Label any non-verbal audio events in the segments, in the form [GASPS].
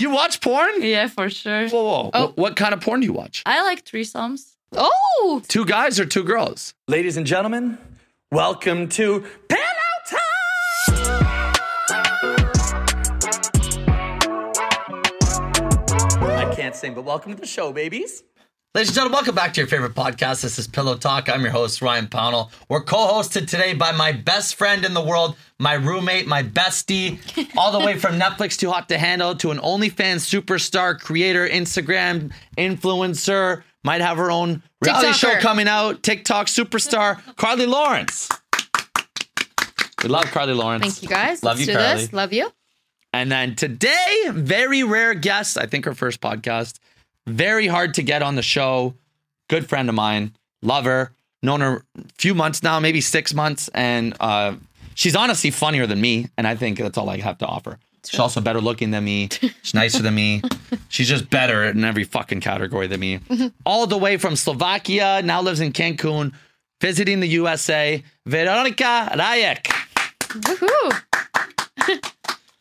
You watch porn? Yeah, for sure. Whoa, whoa. Oh. Wh- What kind of porn do you watch? I like threesomes. Oh, Two guys or two girls? Ladies and gentlemen, welcome to Pillow Time! I can't sing, but welcome to the show, babies. Ladies and gentlemen, welcome back to your favorite podcast. This is Pillow Talk. I'm your host, Ryan Pownell. We're co hosted today by my best friend in the world, my roommate, my [LAUGHS] bestie, all the way from Netflix Too Hot to Handle to an OnlyFans superstar, creator, Instagram influencer, might have her own reality show TikToker. coming out, TikTok superstar, Carly Lawrence. We love Carly Lawrence. thank you guys. Love Let's you, do Carly. this. Love you. And then today, very rare guest, I think her first podcast, very hard to get on the show. Good friend of mine, love her, known her a few months now, maybe six months. And uh, she's honestly funnier than me. And I think that's all I have to offer. She's also better looking than me. She's nicer than me. She's just better in every fucking category than me. All the way from Slovakia, now lives in Cancun, visiting the USA, Veronica Rayek. Woohoo!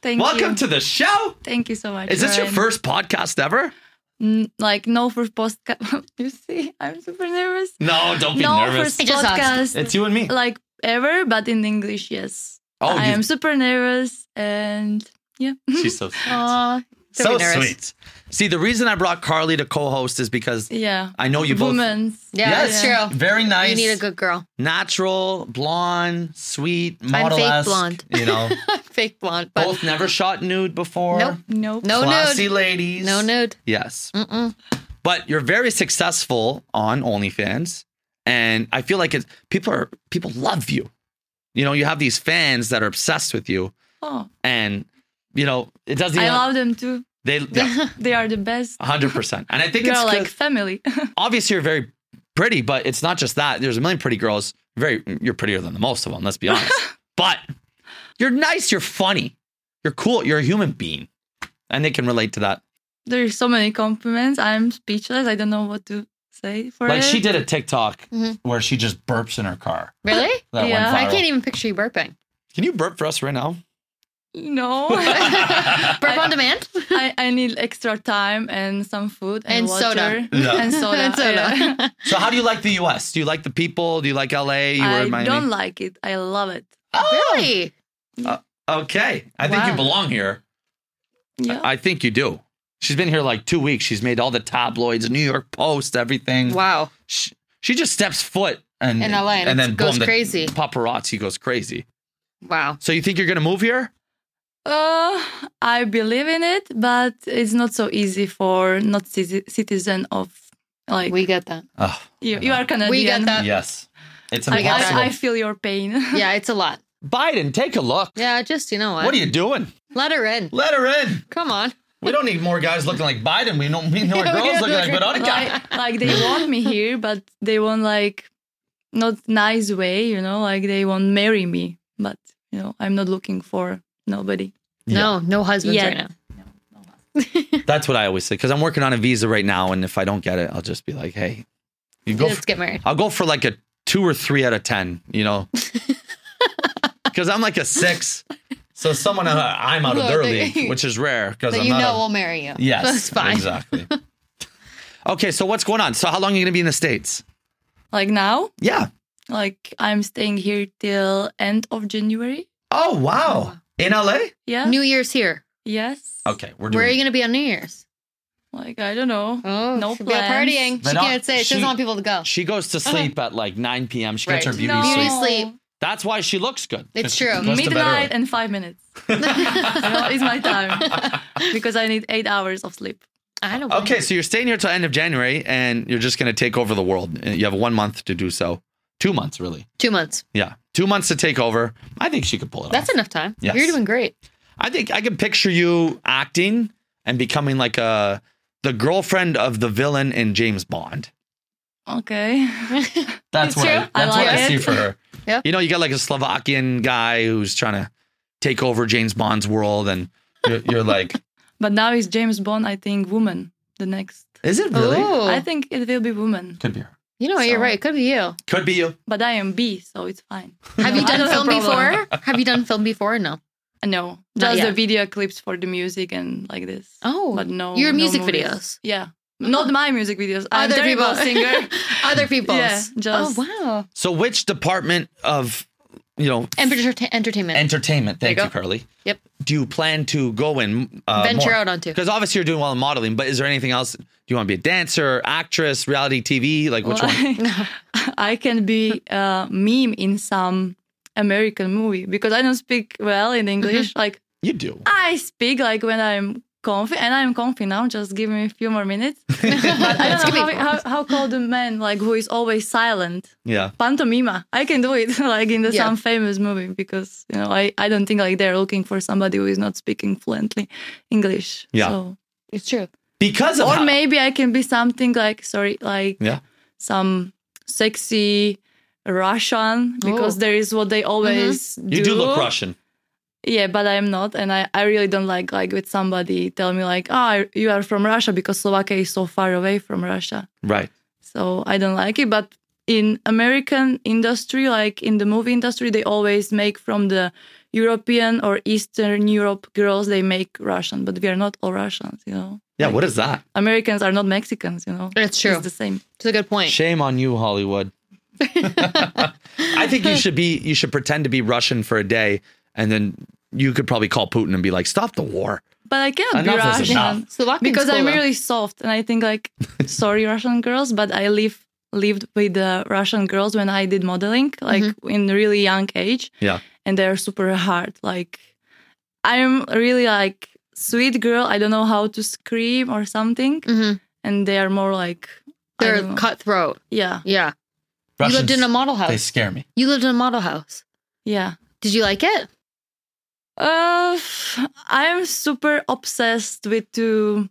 Thank Welcome you. to the show. Thank you so much. Is this your Ryan. first podcast ever? N- like no first podcast? [LAUGHS] you see, I'm super nervous. No, don't be no nervous. first I just asked. podcast It's you and me. like ever, but in English, yes. Oh, I you- am super nervous and yeah. [LAUGHS] [LAUGHS] She's [LAUGHS] so sweet. Aw, so Oh, don't be nervous. sweet. See, the reason I brought Carly to co-host is because yeah. I know you both. Women's. Yeah, Yes, that's true. Very nice. You need a good girl. [LAUGHS] natural, blonde, sweet, model blonde. You know, Fake blonde, [LAUGHS] but both never shot nude before. Nope. Nope. no Classy nude. ladies. No nude. Yes. Mm-mm. But you're very successful on OnlyFans, and I feel like it's people are people love you. You know, you have these fans that are obsessed with you, Oh, and you know it doesn't. I even- love them too. [LAUGHS] they. yeah. They are the best. hundred percent. And I think They it's are like 'cause- family. obviously you're very pretty, but it's not just that. There's a million pretty girls. Very, you're prettier than the most of them. Let's be [LAUGHS] honest. but you're nice. You're funny. You're cool. You're a human being, and they can relate to that. there are so many compliments. I'm speechless. I don't know what to say for Like it. she did a TikTok Mhm. where she just burps in her car. Really? That went Mm-hmm. Yeah. e- I viral. can't even picture you burping. Can you burp for us right [LAUGHS] now? [LAUGHS] No. Burp on demand. I, I need extra time and some food and, And water soda. [LAUGHS] Yeah. and soda. [LAUGHS] And soda. yeah. So how do you like the U.S.? Do you like the people? Do you like L.A.? [LAUGHS] You were I in Miami. Oh, don't like it. I love it. Really? okay, I think you Wow. belong here. Yeah. I think you do. She's been here like two weeks. She's made all the tabloids, New York Post, everything. Wow. she, she just steps foot and In LA and it goes the crazy. paparazzi goes crazy. Wow. So you think you're gonna move here? uh, I believe in it, but it's not so easy for not citi- citizen of like We get [LAUGHS] that. Oh, you. You are Canadian. We get that. yes, it's I, impossible. I, I feel your pain. [LAUGHS] Yeah, it's a lot. Biden, take a look. Yeah, just you know what? What are you doing? Let her in. Let her in. Come on. We don't need more guys looking like Biden. We don't need more Yeah, [LAUGHS] we girls don't looking like [LAUGHS] need- Veronica. like, like they want me here, but they want like not nice way, you know, like they won't marry me. But you know, I'm not looking for nobody. No, no husbands Yeah. right now. That's what I always say because I'm working on a visa right now, and if I don't get it, I'll just be like, hey, you go. Let's get married. I'll go for like a two or three out of ten, you [LAUGHS] know, because I'm like a six. So someone uh, I'm out of No, their they- league, which is rare because But I'm you not. know a, we'll marry you. yes, [LAUGHS] That's fine. exactly. okay, so what's going on? So how long are you gonna be in the states? Like now, Yeah. like I'm staying here till end of January. Oh wow, in LA. Yeah. New Year's here. yes. Okay, we're Where are you doing. going to be on New Year's? Like I don't know. Oh, No she'll be out plans. partying. But she not- can't say. It. She she- doesn't want people to go. She goes to sleep at like 9 p.m. She gets Uh-huh. Right. her beauty no. Beauty sleep. sleep. That's why she looks good. It's 'cause she true. goes to bed Midnight early. and five minutes. [LAUGHS] you know, it's [LAUGHS] my time because I need eight hours of sleep. I don't. Okay, so you're staying here till end of January, and you're just gonna take over the world. You have one month to do so. Two months, really. Two months. Yeah, two months to take over. I think she could pull it That's off. enough time. Yes. You're doing great. I think I can picture you acting and becoming like a the girlfriend of the villain in James Bond. Okay. That's It's true. I like it. [LAUGHS] her. Yep. You know, you got like a Slovakian guy who's trying to take over James Bond's world, and you're, you're like, [LAUGHS] But now it's James Bond. I think woman. The next. is it Ooh. I think it will be woman. Could be her. Oh. you know what? You're So- right. It could be you. Could be you. But I am B, so it's fine. [LAUGHS] Have No, you I done don't film problem. before? Have you done film before? No. No, Not just the yet. video clips for the music and like this. Oh, but no, your no music movies. videos. Yeah, not my music videos. I'm Other terrible people [LAUGHS] singer. Other people's. Yeah, just- oh wow. So which department of you know Enterta- entertainment. entertainment? Thank you, There you go. Curly. Yep. Do you plan to go in uh, Venture out onto. Because obviously you're doing well in modeling, but is there anything else? Do you want to be a dancer, actress, reality TV? Like which one? [LAUGHS] I can be a meme in some American movie because I don't speak well Mm-hmm. in English. Like [LAUGHS] You [LAUGHS] do. I speak like when I'm comfy, and I'm comfy now. Just give me a few more [LAUGHS] minutes. But I don't know how, how, how called the man like who is always silent. Yeah. Pantomima. I can do it [LAUGHS] like in the, Yeah. some famous movie because you know I, I don't think like they're looking for somebody who is not speaking fluently English. Yeah. So. it's true. Because of how- Or maybe I can be something like sorry like Yeah. some sexy Russian because Oh. Mm-hmm. there is what they always do. you do look Russian. Yeah, but I'm not, and I, I really don't like like with somebody tell me like ah you are from Russia because Slovakia is so far away from Russia, Right. so I don't like it. But in American industry, like in the movie industry, they always make from the European or Eastern Europe girls they make Russian, but we are not all Russians, you know. Yeah, what is [LAUGHS] that? Americans are not Mexicans, you know. That's true. It's the same. It's a good point. Shame on you, [LAUGHS] Hollywood. I think you should be you should pretend to be Russian for a day and then you could probably call Putin and be like, stop the war. But I cannot be Enough is enough. Russian. Slovakian's because cool, I'm though. really soft, and I [LAUGHS] think like sorry Russian girls, but I live lived with the Russian girls when I did modeling, like Mm-hmm. in really young age, Yeah. and they're super hard. Like I'm really like sweet girl. I don't know how to scream or something, Mhm. and they are more like I don't They're know. cutthroat. yeah, Yeah. you lived in a model they house. scare me. You lived in a model house. yeah. Did you like it? Uh, I'm super obsessed with to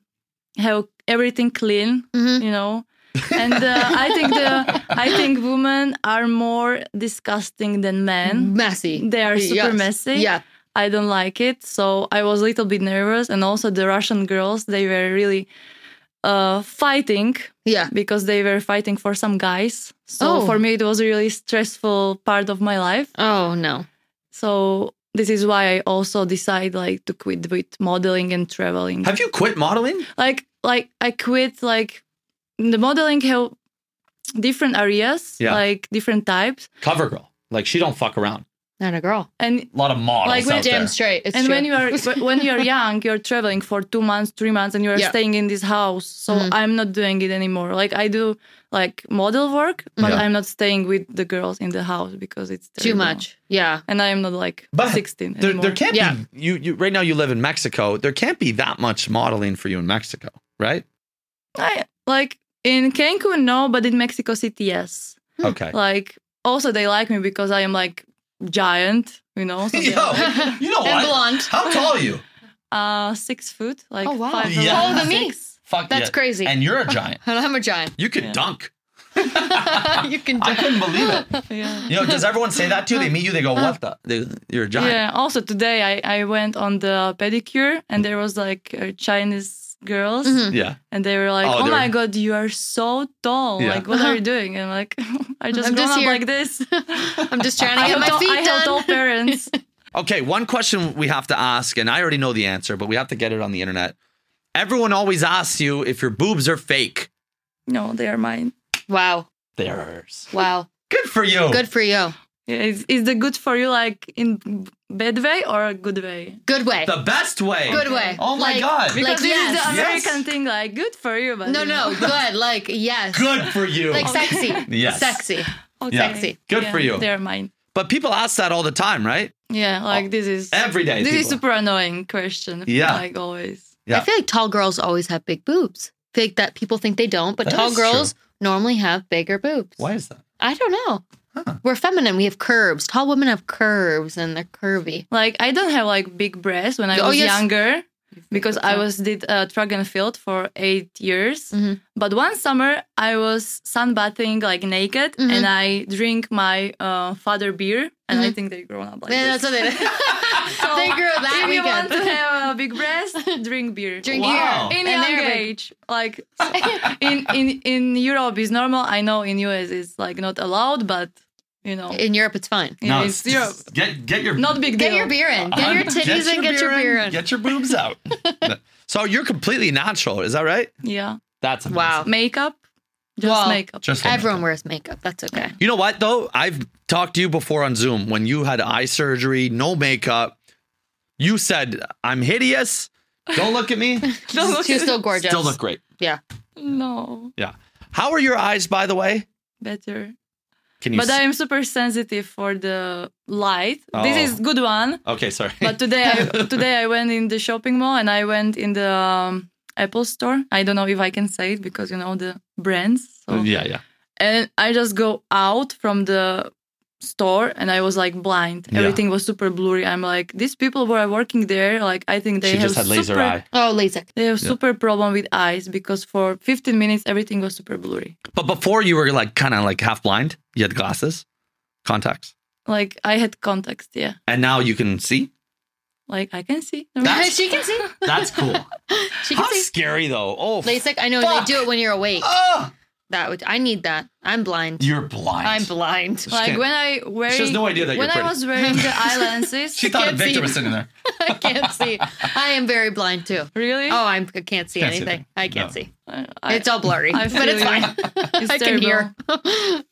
have everything clean, Mhm. you know. And uh, I think the I think women are more disgusting than men. Messy. They are super Mm-hmm. Yes. messy. Yeah. I don't like it, so I was a little bit nervous. And also the Russian girls, they were really uh, fighting Yeah. because they were fighting for some guys. So Oh. for me, it was a really stressful part of my life. Oh no. So this is why I also decide like to quit with modeling and traveling. Have you quit modeling? like like I quit like the modeling have different areas, Yeah. like different types. Cover girl. Like she don't fuck around. Not a girl. A And lot of models. Like, when- out Damn there. straight. [LAUGHS] It's and true. when you are [LAUGHS] when you are young, you're traveling for two months, three months, and you are Yeah. staying in this house. So Mhm. I'm not doing it anymore. Like I do like model work, but Yeah. I'm not staying with the girls in the house because it's too terrible. much. [LAUGHS] Yeah. And I am not like But 16 There, there anymore. can't Yeah. be you, you right now you live in Mexico. There can't be that much modeling for you in Mexico, right? I, like in Cancun, no, but in Mexico City, yes. Hmm. Okay. [LAUGHS] Like also they like me because I am like giant, you know. [LAUGHS] So Yo, they are, you know and what? blonde. Oh, How tall are you? uh, six foot, like Oh, wow. five Yeah. eleven, Taller than me. six. [LAUGHS] [LAUGHS] Fuck That's yeah. crazy. And you're a giant. And [LAUGHS] I'm a [LAUGHS] giant. [LAUGHS] You could Yeah. dunk. you can I do couldn't believe [LAUGHS] it. Yeah. You know, does everyone say that to you? They meet you, they go, Uh-huh. "What the? They- You're a giant." Yeah. Also today I I went on the pedicure and there was like uh, Chinese girls Mhm. Yeah. and they were like, Oh, "Oh, they my were- god, you are so tall! Yeah. Like, what are you doing?" And like, [LAUGHS] I just Uh-huh. I'm grown just up here. like this. I'm just trying to I [LAUGHS] get have my tall, feet [LAUGHS] I have tall [LAUGHS] done. [LAUGHS] parents. Okay, one question we have to ask, and I already know the answer, but we have to get it on the internet. Everyone always asks you if your boobs are fake. no, they are mine. Wow. They're hers. Wow. Good for you. Oh. Good for you. Yeah, is, is the good for you like in bad way or a good way? Good way. The best way. Good way. Oh my Like- god. Like, Because this is yes. the Yes. American thing, like good for you, but No, you no. [LAUGHS] know. Good. Like, yes. Good for you. Like, sexy. Yes. Sexy. Okay. Sexy. Good for you. They're mine. But people ask that all the time, right? Yeah, like this is Every day. this is Oh, people- super annoying question. Yeah. like always. Yeah. I feel like tall girls always have big boobs. I feel like that people think they don't, but That tall is girls normally have bigger boobs. Why is that? I don't know. We're feminine. We have curves. Tall women have curves and they're curvy. Like I don't have like big breasts when I Oh, was yes. younger because I was did uh, track and field for eight years. Mhm. But one summer I was sunbathing like naked, Mhm. and I drink my uh, father beer, and I think they grown up like Mm-hmm. Yeah, this. that's what [LAUGHS] they did. they Oh, grew that if you want weekend. to have [LAUGHS] a big breast, drink beer. Drink Wow. beer. in And young they're big. age, like [LAUGHS] in in in Europe is normal. I know in US it's like not allowed, but you know. In Europe, it's fine. Yeah, No, it's it's- Europe. Get get your Not big deal. Get your beer in. Get your titties and get your beer in. Get your boobs out. so you're completely natural, is that right? Yeah. That's amazing. Wow. Makeup. Just Well, makeup. Just like- Everyone wears makeup. That's okay. You know what though? I've talked to you before on Zoom when you had eye surgery, no makeup. You said I'm hideous. Don't look at me. [LAUGHS] Don't look She's at- still [LAUGHS] gorgeous. Still look great. yeah. no. Yeah. How are your eyes, by the way? Better. Can you? But see? I'm super sensitive for the light. Oh. This is good one. okay, sorry. But today, I, today I went in the shopping mall and I went in the um, Apple store. I don't know if I can say it because you know the brands. [LAUGHS] So. Oh, yeah, yeah. And I just go out from the store and I was like blind. Yeah. Everything was super blurry. I'm like, these people were working there. Like I think they She have just had laser super, eye. Oh, LASIK. They have Yeah. super problem with eyes because for 15 minutes everything was super blurry. But before you were like kind of like half blind. You had glasses, contacts, Like I had contacts. Yeah. and now you can see. Like I can see. [LAUGHS] she can see. That's [LAUGHS] cool. She can How see. scary though. Oh, f- LASIK. I know Fuck. they do it when you're awake. ah, That would. I need that. I'm blind. you're blind. I'm blind. [LAUGHS] like can't- when I wearing She has no idea that when you're pretty. I was wearing the eye lenses. she thought can't Victor see. was sitting there. I can't see. I am very blind too. really? Oh, I'm, I can't see Can't see anything. anything. I can't No. see. I, I- it's all blurry, I but feel it's you. fine. it's I can hear.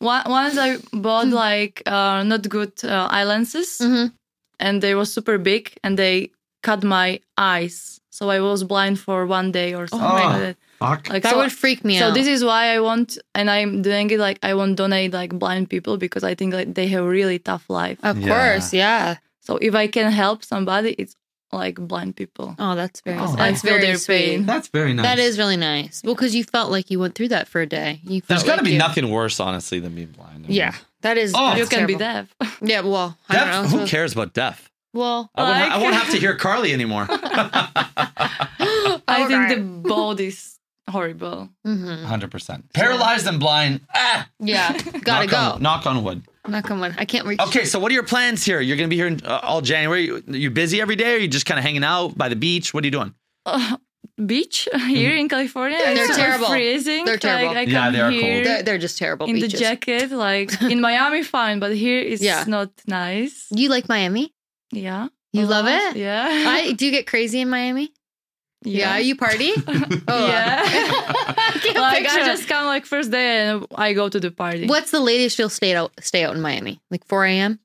One- Once I bought Hmm. like uh, not good uh, eye lenses, Mhm. and they were super big, and they cut my eyes, so I was blind for one day or something. my like that. Fuck. Like Oh. That so, would freak me so out. this is why I want, and I'm doing it like I want donate like blind people because I think like they have really tough life. of Yeah. course, yeah. So if I can help somebody, it's like blind people. Oh, that's very. Oh. I that's feel very their sweet. pain. That's very nice. That is really nice. Well, because you felt like you went through that for a day. You felt There's got to be like you- nothing worse, honestly, than being blind. I mean, Yeah, that is. Oh. that's You can be terrible. deaf. Yeah, well, I don't know. Deaf. It's Who really- cares about deaf? Well, I, won't, I Like- won't have to [LAUGHS] hear Carly anymore. I think Alright. the [LAUGHS] body is horrible. Mhm. 100%. Paralyzed and blind. Ah, [LAUGHS] yeah, gotta knock go. On, knock on wood. Not coming. I can't reach. Okay, so what are your plans here? You're going to be here in, uh, all January. You, you busy every day? Or you just kind of hanging out by the beach? What are you doing? uh, beach [LAUGHS] here in California. They're it's super terrible. Freezing. They're terrible. Like, Mm-hmm. I Yeah, come they are cold. here They're, they're just terrible. in the beaches. jacket. [LAUGHS] Like in Miami, fine, but here it's Yeah. not nice. You like Miami? Yeah, a You love lot. it? Yeah. I [LAUGHS] do you get crazy in Miami. [LAUGHS] Yeah, you [LAUGHS] party. Oh, Yeah. I can't like I picture. just come like first day and I go to the party. What's the latest you'll stay out stay out in Miami? Like 4 [LAUGHS] a.m.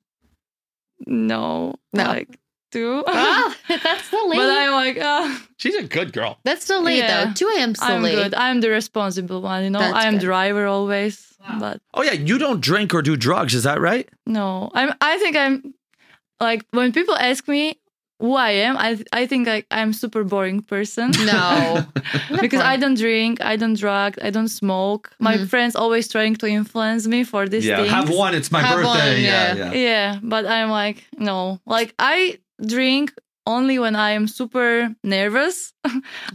No, No. like two. Ah, that's still late. [LAUGHS] but I'm like, uh, She's a good girl. that's still late Yeah. though. 2 a.m. still I'm late. good. I'm the responsible one. You know, That's I'm good. driver always. But Oh, yeah. You don't drink or do drugs. Is that right? No, I'm. I think I'm. Like when people ask me who I am, I I think I, I'm super boring person [LAUGHS] No, because I don't drink, I don't drug, I don't smoke. My Mm-hmm. friends always trying to influence me for this thing. Have one. It's my Have birthday. one, yeah. yeah. yeah. Yeah, but I'm like no. Like I drink only when I am super nervous. [LAUGHS]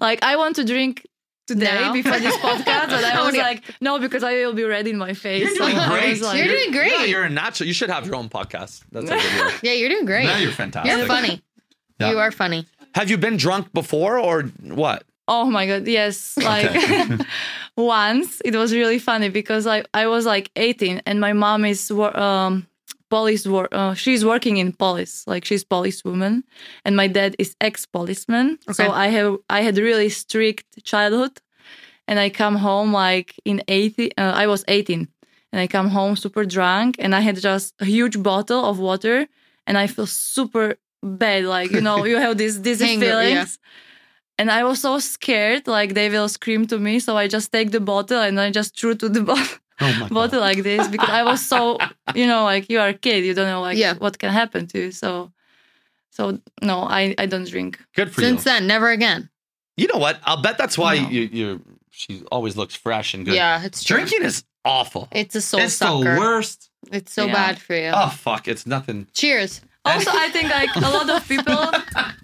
like I want to drink. Today Now? before this podcast, but [LAUGHS] I I was wanna- like, no, because I will be red in my face. You're doing [LAUGHS] I was great. like- You're doing great. Yeah, you're a natural. You should have your own podcast. That's a good word. yeah, you're doing great. Now you're you're fantastic. funny. Yeah. You are funny. Have you been drunk before or what? Oh my god, yes. Like [LAUGHS] once it was really funny because I I was like 18 and my mom is wor- um police wor- uh, she's working in police, like she's police woman and my dad is ex-policeman. Okay. So I have I had really strict childhood and I come home like in 18 uh, I was 18 and I come home super drunk and I had just a huge bottle of water and I feel super bad like you [LAUGHS] know you have these dizzy Hangover, feelings yeah. and I was so scared like they will scream to me so I just take the bottle and I just threw to the [LAUGHS] bo- Oh, my [LAUGHS] God. bottle like this because I was so you know like you are a kid you don't know like Yeah. what can happen to you so so no I I don't drink Good for you. Since then, never again. You know what? I'll bet that's why No. you you she always looks fresh and good. Yeah, it's true. Drinking is awful. It's a soul it's sucker. the worst. It's so Yeah. bad for you. Oh fuck, it's nothing. Cheers. also I think like a lot of people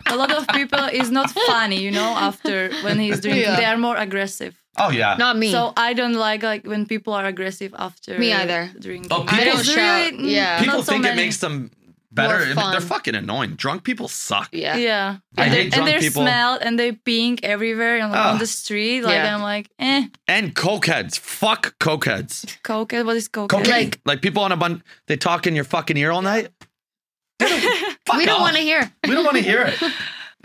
a lot of people is not funny you know after when he's drinking Yeah. they are more aggressive Oh yeah. Not me. So I don't like like when people are aggressive after Me either. drinking. Oh, people- I don't shout. mm, Yeah. People not so think it many. makes them better. More I mean, fun. They're fucking annoying. Drunk people suck. Yeah. Yeah. I hate and they- and drunk they're people. smelled and they pink everywhere on, on Ugh. the street. Like Yeah. I'm like, eh, And cokeheads. Fuck cokeheads. coke. What is coke? Cocaine. Like Like, people on a bun, they talk in your fucking ear all [LAUGHS] night. They don't- [LAUGHS] fuck we don't off. want to hear. We don't want to hear it.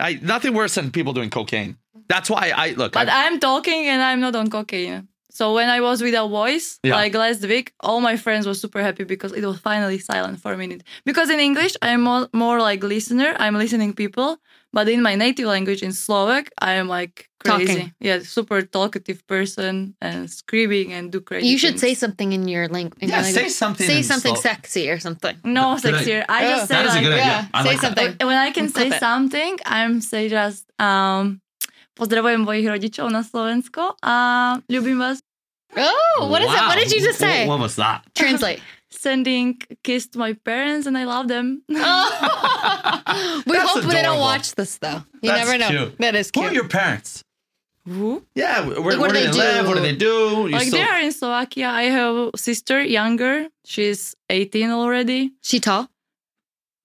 I, nothing worse than people doing cocaine. That's why I look. But I, I'm talking and I'm not on cocaine. So when I was without voice, Yeah. like last week, all my friends were super happy because it was finally silent for a minute. Because in English, I'm more, more like listener. I'm listening people. But in my native language, in Slovak, I'm like crazy. Talking. Yeah, super talkative person and screaming and do crazy. You should things. say something in your language. Yeah, say something Say in something Slo- sexy or something. no Good idea. sexier. I just say That is a like good idea. yeah. I say like that. something. when I can And say clip Oh. it. something, I'm say just um, pozdravujem mojich rodičov na Slovensko a ľubím vás Oh, what is it? Wow. What did you just What- say? what was [LAUGHS] that? [LAUGHS] Translate. sending kiss to my parents and I love them. [LAUGHS] [LAUGHS] we That's hope they don't adorable. watch this though. You That's never know. cute. That is Who cute. are your parents? Who? Yeah, where, where, what do do they, they live? do? What do they do? You Like still- they are in Slovakia. I have a sister younger. She's 18 already. she tall?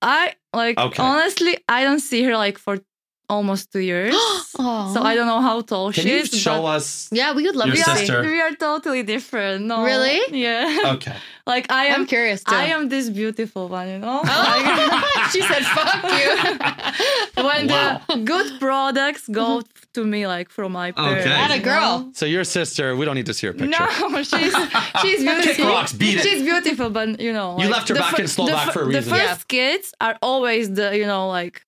I like Okay. honestly I don't see her like for almost 2 [GASPS] years. [GASPS] [GASPS] Oh. so I don't know how tall Can she you is. show but [LAUGHS] us? Yeah, we would love Your to we, sister. Um, see. are, we are totally different. No. Really? Yeah. Okay. [LAUGHS] like I am I'm curious too. I am this beautiful one, you [LAUGHS] know? Oh. [LAUGHS] she said, "Fuck you." [LAUGHS] when Wow. the good products go to me like from my parents. Atta you know? Mm-hmm. girl. So your sister, we don't need to see her picture. No, [LAUGHS] she's she's beautiful. rocks, beat it. She's beautiful, but you know, You left her the back in fir- Slovak the, fir- for a reason. The first Yeah. kids are always the you know like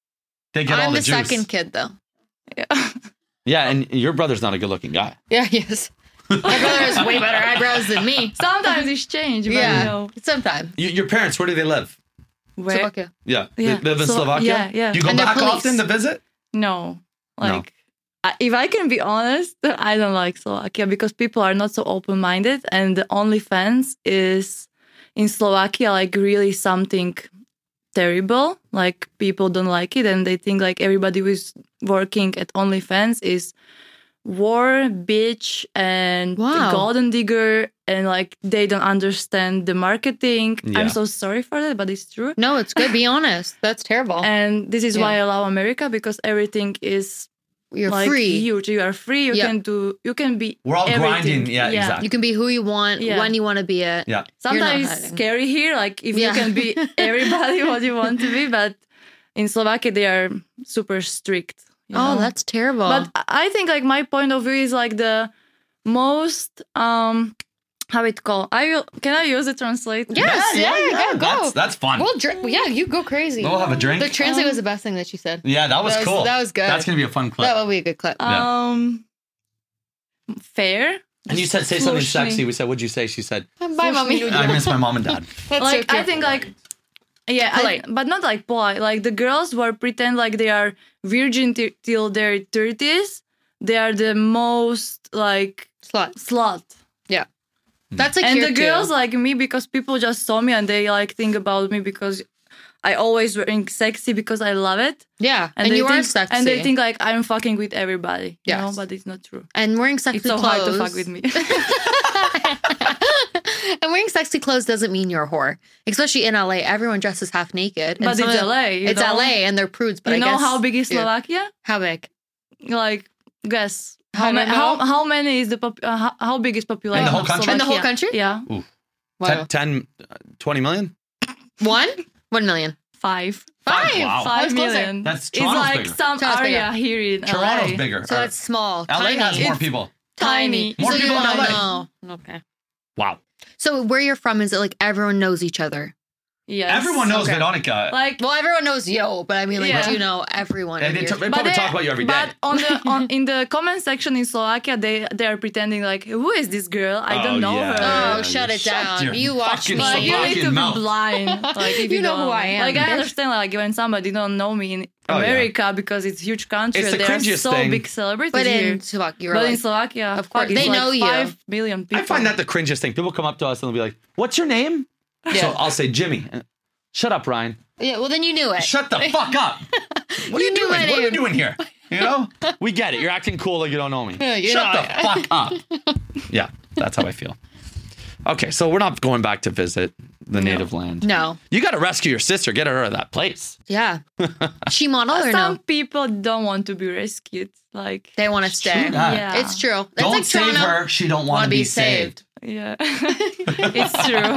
They get all I'm the, the, juice. second kid though. Yeah, and your brother's not a good-looking guy. Yeah, [LAUGHS] yes. My brother has way better eyebrows than me. sometimes it's change, but Yeah, you know sometimes. Y- your parents, where do they live? where Slovakia. Yeah, they Yeah, live in Slo- Slovakia. yeah, yeah. Do you go And they're back police. often to visit? no like. I- If I can be honest, I don't like Slovakia because people are not so open-minded, and the OnlyFans is in Slovakia like really something terrible. Like people don't like it, and they think like everybody who is working at OnlyFans is war bitch and Wow. golden digger, and like they don't understand the marketing. Yeah. I'm so sorry for that, but it's true. No, it's good. Be honest. That's terrible. And this is Yeah. why I love America because everything is You're like free. You, huge. You are free. You Yeah. can do. You can be. We're all everything. grinding. Yeah, exactly. can be who you want Yeah. when you want to be Yeah. it. You're not Sometimes hiding. scary here. Like if Yeah. you can [LAUGHS] be everybody what you want to be, but in Slovakia they are super strict. you know? Oh, that's terrible. But I I think like my point of view is like the most um how it called. I will. Can I use the translate? yes, yeah, yeah, That's, go. that's fun. Well, dr- yeah, you go crazy. We'll have a drink. The Um, translate was the best thing that you said. yeah, that was, that was- cool. that was good. That's gonna be a fun clip. That would be a good clip. Yeah. Um. Fair. and you said say something Flush sexy. me. We said, "What'd you say?" She said, Bye, mommy. [LAUGHS] "I miss my mom and dad." That's so like I cute. think like yeah, I- Polite. but not like polite. Like the girls who are pretend like they are virgin t- till their thirties, they are the most like Slut. slut. That's a And cute the girls like me because people just saw me and they like think about me because I always wearing sexy because I love it. yeah, and, they you think, are sexy. And they think like I'm fucking with everybody. Yeah, Yes. but it's not true. and wearing sexy It's so clothes. hard to fuck [LAUGHS] with me. [LAUGHS] and wearing sexy clothes doesn't mean you're a whore. Especially in LA, everyone dresses half naked. and But some it's of them- LA, you It's know? LA, and they're prudes. But you I know guess, how big is Yeah. Slovakia? How big? like guess I how, don't ma- how know. how many is the pop- uh, how, how big is population In the whole of country? In the whole Slovakia? country? yeah Wow. 10, 10 uh, 20 million. One? One million. five Five. wow. I five was closer. million That's it's Toronto's like bigger. some Toronto's area here in Toronto's LA bigger. So Or- that's small. LA tiny. Uh, has more It's- people. tiny More so people you in don't LA. know. Okay. Wow. So where you're from is it like everyone knows each other? yes Everyone knows Okay. Veronica. like Well, everyone knows yo, but I mean, like, Yeah. do you know everyone? and in they, t- your- they probably they- talk about you every day. But on [LAUGHS] the on, in the comment section in Slovakia, they they are pretending like, who is this girl? I Oh, don't know yeah, her. yeah, Oh, shut yeah. it down. your You watch fucking me. Like, you need Slovakian to mouth. be [LAUGHS] blind. Like if You you, know who don't- I am, Like bitch. I understand, like when somebody don't know me in Oh, yeah. America because it's huge country, It's the there are cringiest so thing. big celebrities But here. in Slovakia, you're but in like, Slovakia, of of course, course, they know you. Five million I people. find that the cringiest thing. People come up to us and they'll be like, "What's your name?" So I'll say Jimmy. Uh, Shut up, Ryan. yeah. Well, then you knew [LAUGHS] it. Shut the fuck up. What are you You knew doing? my What are we name. doing here? You know? We get it. You're acting cool like you don't know me. you Shut the know, [LAUGHS] fuck up. Yeah, that's how I feel. Okay, so we're not going back to visit. the native land. No. You got to rescue your sister. Get her out of that place. [LAUGHS] Yeah. she model or Some no? people don't want to be rescued. Like, They want to stay. not. yeah, It's true. That's Don't like save her. Toronto. She don't want to be, saved. [LAUGHS] yeah, it's true.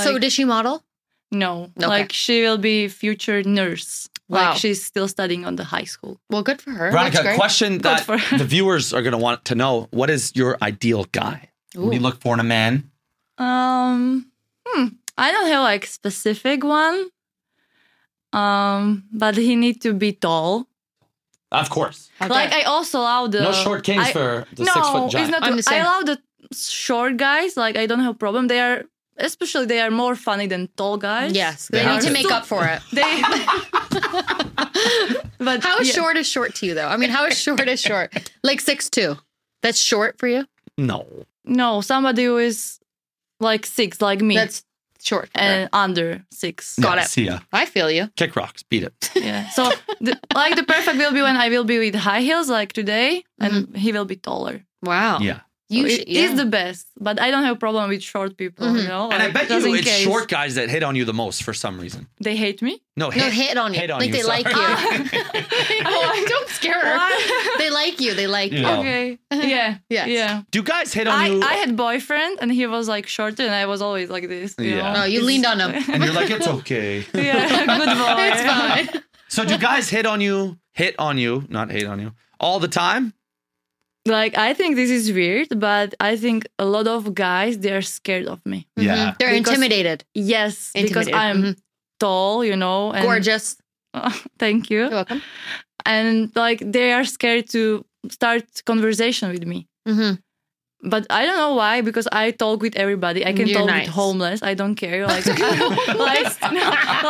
so Like- did she model? No, Okay. like she will be future nurse. Like Wow. she's still studying on the high school. Well, good for her. That's Veronica, great. question that for her. the viewers are going to want to know: What is your ideal guy? What do you Ooh. look for in a man? Um, hmm, I don't have like specific one. Um, but he need to be tall. Of course, Okay. Like I also allow the no short kings I- for the no, six foot giant. it's not. I'm the I same. allow the short guys. Like I don't have a problem. They are especially they are more funny than tall guys. yes, They they, have need to. to make up for it. [LAUGHS] They. but How is yeah. short is short to you though? I mean, how is short is short? Like six two. That's short for you. no, No, somebody who is like six, like me, That's short. for her. and under six. Got Yeah, it. See ya. I feel you. Kick rocks. Beat it. Yeah. So, the, like, the perfect will be when I will be with high heels, like today, and he will be taller. Wow. Yeah. Mm-hmm. You so should, it yeah. Mm-hmm. is the best, but I don't have a problem with short people. You know, And I like, bet just you in it's case short guys that hit on you the most for some reason. They hate me. No, no hit on you. Hit on like you, they sorry. like you. [LAUGHS] [LAUGHS] oh, don't [LAUGHS] scare Why? They like you. They like Yeah. you. Oh. [LAUGHS] Okay. Yeah. Yes. Yeah. Do guys hit on I, you? I had boyfriend and he was like shorter and I was always like this. Yeah. You Know? No, Oh, [LAUGHS] you leaned on [LAUGHS] them. and you're like, it's okay. yeah. [LAUGHS] Good boy. It's fine. So do guys hit on you? Hit on you, not hate on you, all the time? Like I think this is weird, but I think a lot of guys they are scared of me. Mhm. They're Because- intimidated. Yes, because Intimidated. I'm Mhm. Mm-hmm. tall, you know, and [LAUGHS] Oh, Gorgeous. thank you. You're welcome. and like they are scared to start conversation with me Mm-hmm. but i don't know why because i talk with everybody i can You're talk nice. with homeless i don't care like [LAUGHS] [LAUGHS] Mm-hmm. like,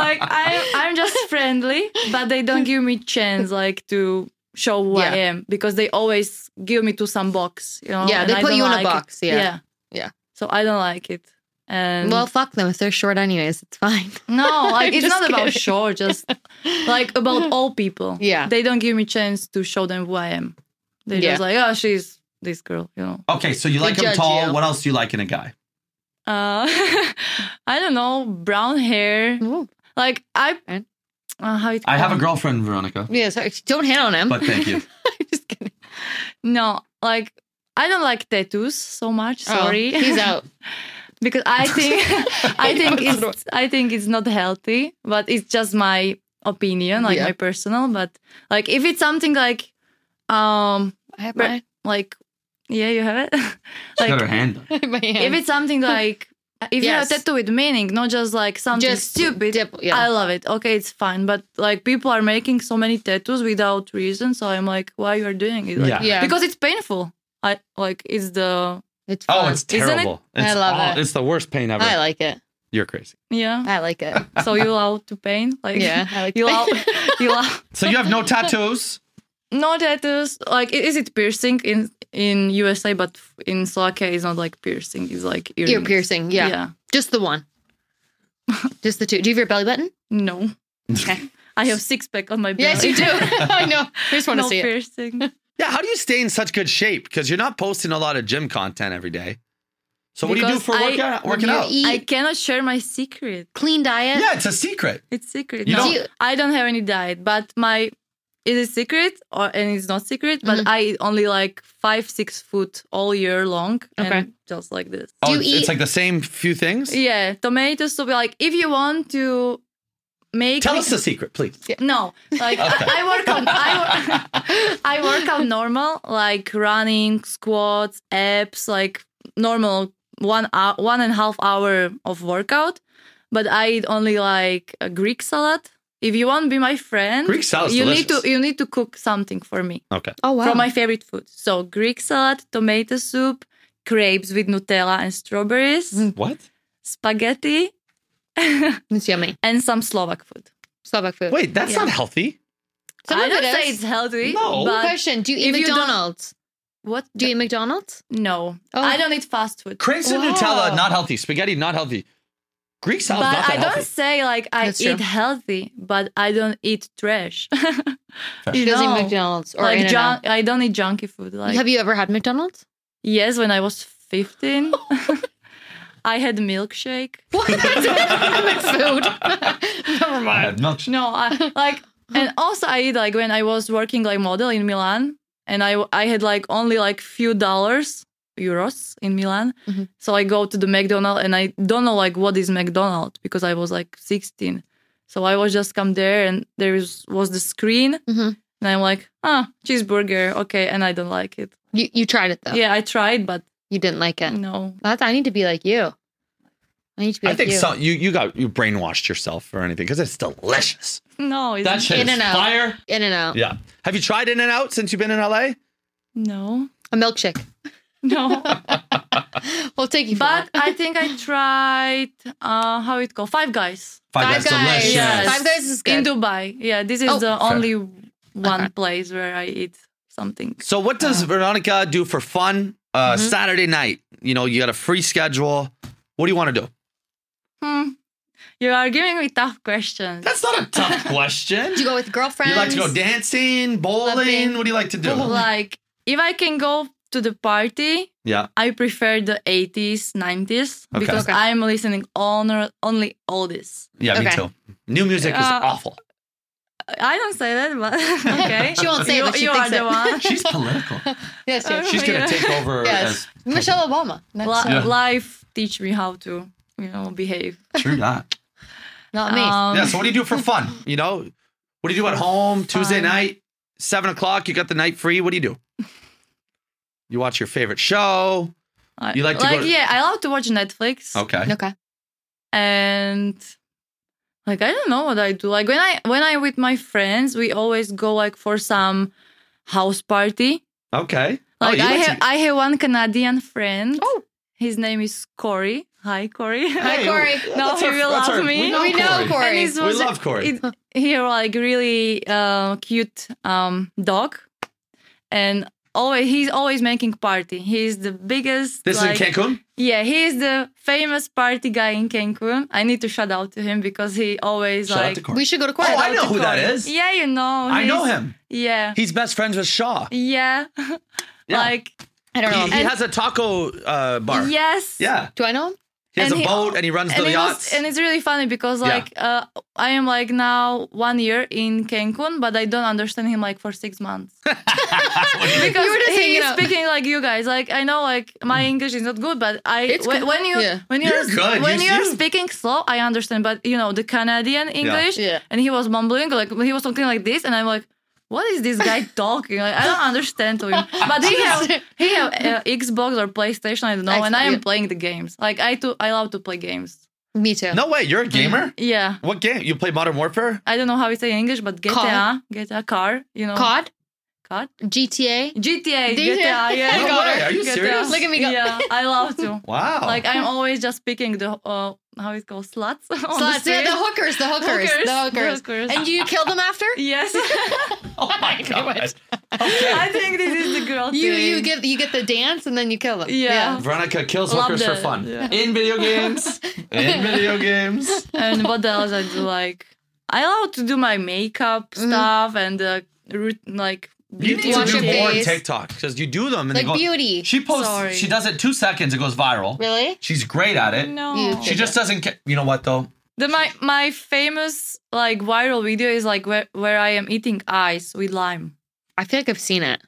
like I, i'm just friendly but they don't give me chance like to show who i Yeah. am because they always give me to some box you know Yeah, and they I put don't you in a like it. box, yeah. yeah Yeah. so i don't like it and Well, fuck them. If they're short, anyways, it's fine. [LAUGHS] No, like I'm it's just not about kidding. short, just [LAUGHS] like about all people. Yeah. They don't give me chance to show them who I am. They're Yeah. just like, oh, she's this girl, you know. Okay, so you like him judge tall. you. What else do you like in a guy? Uh [LAUGHS] I don't know, brown hair. [LAUGHS] Ooh. Like I And? uh, how it's I have a called? girlfriend, [LAUGHS] Veronica. Yeah, sorry. Don't hit on him. But thank you. [LAUGHS] I'm just kidding. No, like I don't like tattoos so much. Oh, [LAUGHS] Sorry. [LAUGHS] he's out. [LAUGHS] because I [LAUGHS] think I think it's I think it's not healthy, but it's just my opinion, like Yeah. my personal. But like if it's something like um I have But- my, [LAUGHS] like yeah, you have it. [LAUGHS] She's got her like hand up. my hand. if it's something like if you have Yes. a tattoo with meaning, not just like something Just stupid. dip- yeah. I love it. Okay, it's fine. But like people are making so many tattoos without reason, so I'm like, why you are doing it? Like, Yeah. yeah, Because it's painful. I like it's the it's Oh, fun. it's Isn't it? terrible. I It's love aw- it. It's the worst pain ever. I like it. You're crazy. yeah. I like it. So you allow to pain? Like [LAUGHS] Yeah, I [LAUGHS] like you [LAUGHS] allow pain. you allow So you have no tattoos? no tattoos. Like i- is it piercing in in USA, but f- in Slovakia it's not like piercing. It's like earrings. Ear piercing. Yeah. yeah. just the [LAUGHS] one. Just the two. Do you have your belly button? No, Okay. I have six pack on my belly. yes, you do. [LAUGHS] I know. I just want to no see it. [LAUGHS] piercing. [LAUGHS] Yeah, how do you stay in such good shape? Because you're not posting a lot of gym content every day. So what Because do you do for I- workout, working you out? eat- I cannot share my secret. Clean diet. Yeah, it's a secret. It's secret. You no, don't- I don't have any diet, but my it is secret or and it's not secret, but I eat only like five, six food all year long. Okay. And just like this. Oh, you it's, it's eat- like the same few things? Yeah. Tomato soup like if you want to make Tell it- us the secret, please. no. Like I, I work on I, wor- [LAUGHS] I work out normal, like running, squats, abs, like normal one hour one and a half hour of workout. But I eat only like a Greek salad. If you want to be my friend, Greek salad's you need delicious. to you need to cook something for me Okay. Oh wow. from my favorite food. So Greek salad, tomato soup, crepes with Nutella and strawberries, Mm. What? spaghetti, [LAUGHS] it's yummy. and some Slovak food. Slovak food. Wait, that's Yeah. not healthy. Some I of don't it say is. it's healthy. No. but Question: Do you if eat you don't- McDonald's? What do you eat McDonald's? No, Oh. I don't eat fast food. Crepes and Wow. Nutella, not healthy. Spaghetti, not healthy. Greek but salad's not that I don't healthy. say like I That's true. eat healthy, but I don't eat trash. [LAUGHS] you She doesn't know, eat McDonald's or like In-N-Out. junk. I don't eat junky food. Like [LAUGHS] Have you ever had McDonald's? [LAUGHS] yes, when I was fifteen, [LAUGHS] I had milkshake. What? [LAUGHS] I meant food. Never I mind. had milkshake. No, [LAUGHS] I like, and also I eat like when I was working like model in Milan, and I I had like only like few dollars euros in Milan, Mhm. so I go to the McDonald's and I don't know like what is McDonald's because I was like 16, so I was just come there and there is, was the screen, Mhm. and I'm like ah cheeseburger okay, and I don't like it. You, you tried it though. Yeah, Mm. I tried, but You didn't like it. no, That's, I need to be like you. I need to be I like think you. some, you you got you brainwashed yourself or anything because it's delicious. no, it's That shit is In-N-Out. fire. In and out. Yeah. Have you tried In and Out since you've been in LA? no, A milkshake. [LAUGHS] no. We'll take you. for but I that. think I tried uh how it called Five Guys. Five Guys, delicious. Guys. Yes. Five Guys is in good. Dubai. Yeah, this is Oh. the Fair. only one place where I eat something. So what does Veronica do for fun? Uh, Saturday night, you know, you got a free schedule. What do you want to do? Hmm. You are giving me tough questions. That's not a tough [LAUGHS] question. do you go with girlfriends? You like to go dancing, bowling? Clubbing. What do you like to do? Like if I can go to the party, Yeah. I prefer the 80s, 90s Okay. because Okay. I'm listening on, only all this. Yeah, me Okay. too. New music is Uh, awful. I don't say that, but [LAUGHS] okay. She won't say you, it, but [LAUGHS] she you thinks are the it. one. She's [LAUGHS] political. Yes, yes. She's gonna Yeah. take over. yes. Michelle Obama. uh, Next Li- time. Life teach me how to, you know, behave. As, true that. Not me. Um, yeah. So what do you do for fun? You know, what do you do at home? Tuesday fun. night, seven o'clock. You got the night free. What do you do? You watch your favorite show. I- You like to go to- yeah, I love to watch Netflix. Okay. okay. and like I don't know what I do. Like when I when I with my friends, we always go like for some house party. Okay. Oh, Like you I like to- have I have one Canadian friend. Oh. his name is Corey. [LAUGHS] Hi, Corey. Hi, Hey, Corey. No, that's he our- will that's love our- me. we know we know Corey. Corey. And his We was love Corey. it, he like really uh, cute um, dog, and always he's always making party. He's the biggest. This like, is in Cancun. Yeah, he is the famous party guy in Cancun. I need to shout out to him because he always Shout out like to Corey. we should go to oh, court. I know who that is. Yeah, you know. I know he's- him. Yeah. He's best friends with Shaw. yeah. [LAUGHS] Yeah. like I don't He, know. he And- has a taco uh, bar. yes. Yeah. do I know him? He has a And he- boat and he runs And the it yachts. was, and it's really funny because Yeah. like uh, I am like now one year in Cancun, but I don't understand him like for six months because [LAUGHS] You were just he hanging is out. speaking like you guys. Like I know like my English is not good, but I It's when, good. when you Yeah. when Mm. you're, You're good. when You- you're you- speaking slow, I understand. But you know the Canadian English, Yeah. and he was mumbling like he was talking like this, and I'm like. What is this guy [LAUGHS] talking? Like, I don't understand to him. [LAUGHS] But he have he have uh, Xbox or PlayStation. I don't know. and Xbox, I am yeah. playing the games. Like I too, I love to play games. Me too. no way. You're a gamer? Yeah. What game? You play Modern Warfare? I don't know how we say in English, but GTA, Car. GTA car, you know. COD? Car? GTA? GTA, Did you- GTA, [LAUGHS] yeah. No got way, it. are you GTA. serious? Look at me go. Yeah, I love to. Wow. Like I'm always just picking the uh, how it called sluts. [LAUGHS] on the Sluts. Yeah, street. the hookers. The hookers. Oh, Hookers, The hookers. hookers. And you killed them after? [LAUGHS] [LAUGHS] Yes, [LAUGHS] oh my God. Okay. I think this is the girl You thing. you get you get the dance and then you kill them. Yeah. Veronica kills Love hookers for that. fun. Yeah. In video games. In video games. [LAUGHS] and what else I do? Like I love to do my makeup Mm-hmm. stuff and uh, root, like You beauty need to Wash do your routine. more face. TikTok because you do them and they Like go. beauty. She posts. Sorry. She does it two seconds. It goes viral. Really? She's great at it. No, You- She just doesn't. Ca- you know what though? The my my famous like viral video is like where where I am eating ice with lime. I feel like I've seen it.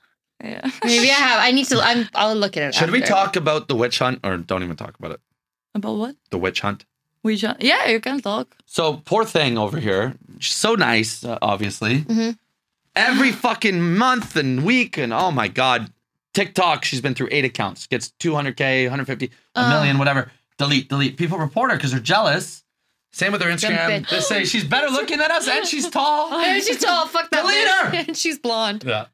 Yeah. [LAUGHS] Maybe I have. I need to. I'm. I'll look at it. Should we after. talk about the witch hunt or don't even talk about it? About what? The witch hunt. Which one? Yeah, you can talk. So poor thing over here. She's so nice, uh, obviously. Mhm. Every fucking month and week and oh my god, TikTok. She's been through eight accounts. Gets 200k, 150, Uh. a million, whatever. Delete, delete. People report her because they're jealous. Same with her Instagram. bitch. They say she's better looking than us and [LAUGHS] she's tall. Maybe [LAUGHS] she's tall. Fuck that. Delete [LAUGHS] bitch. she's blonde. Yeah,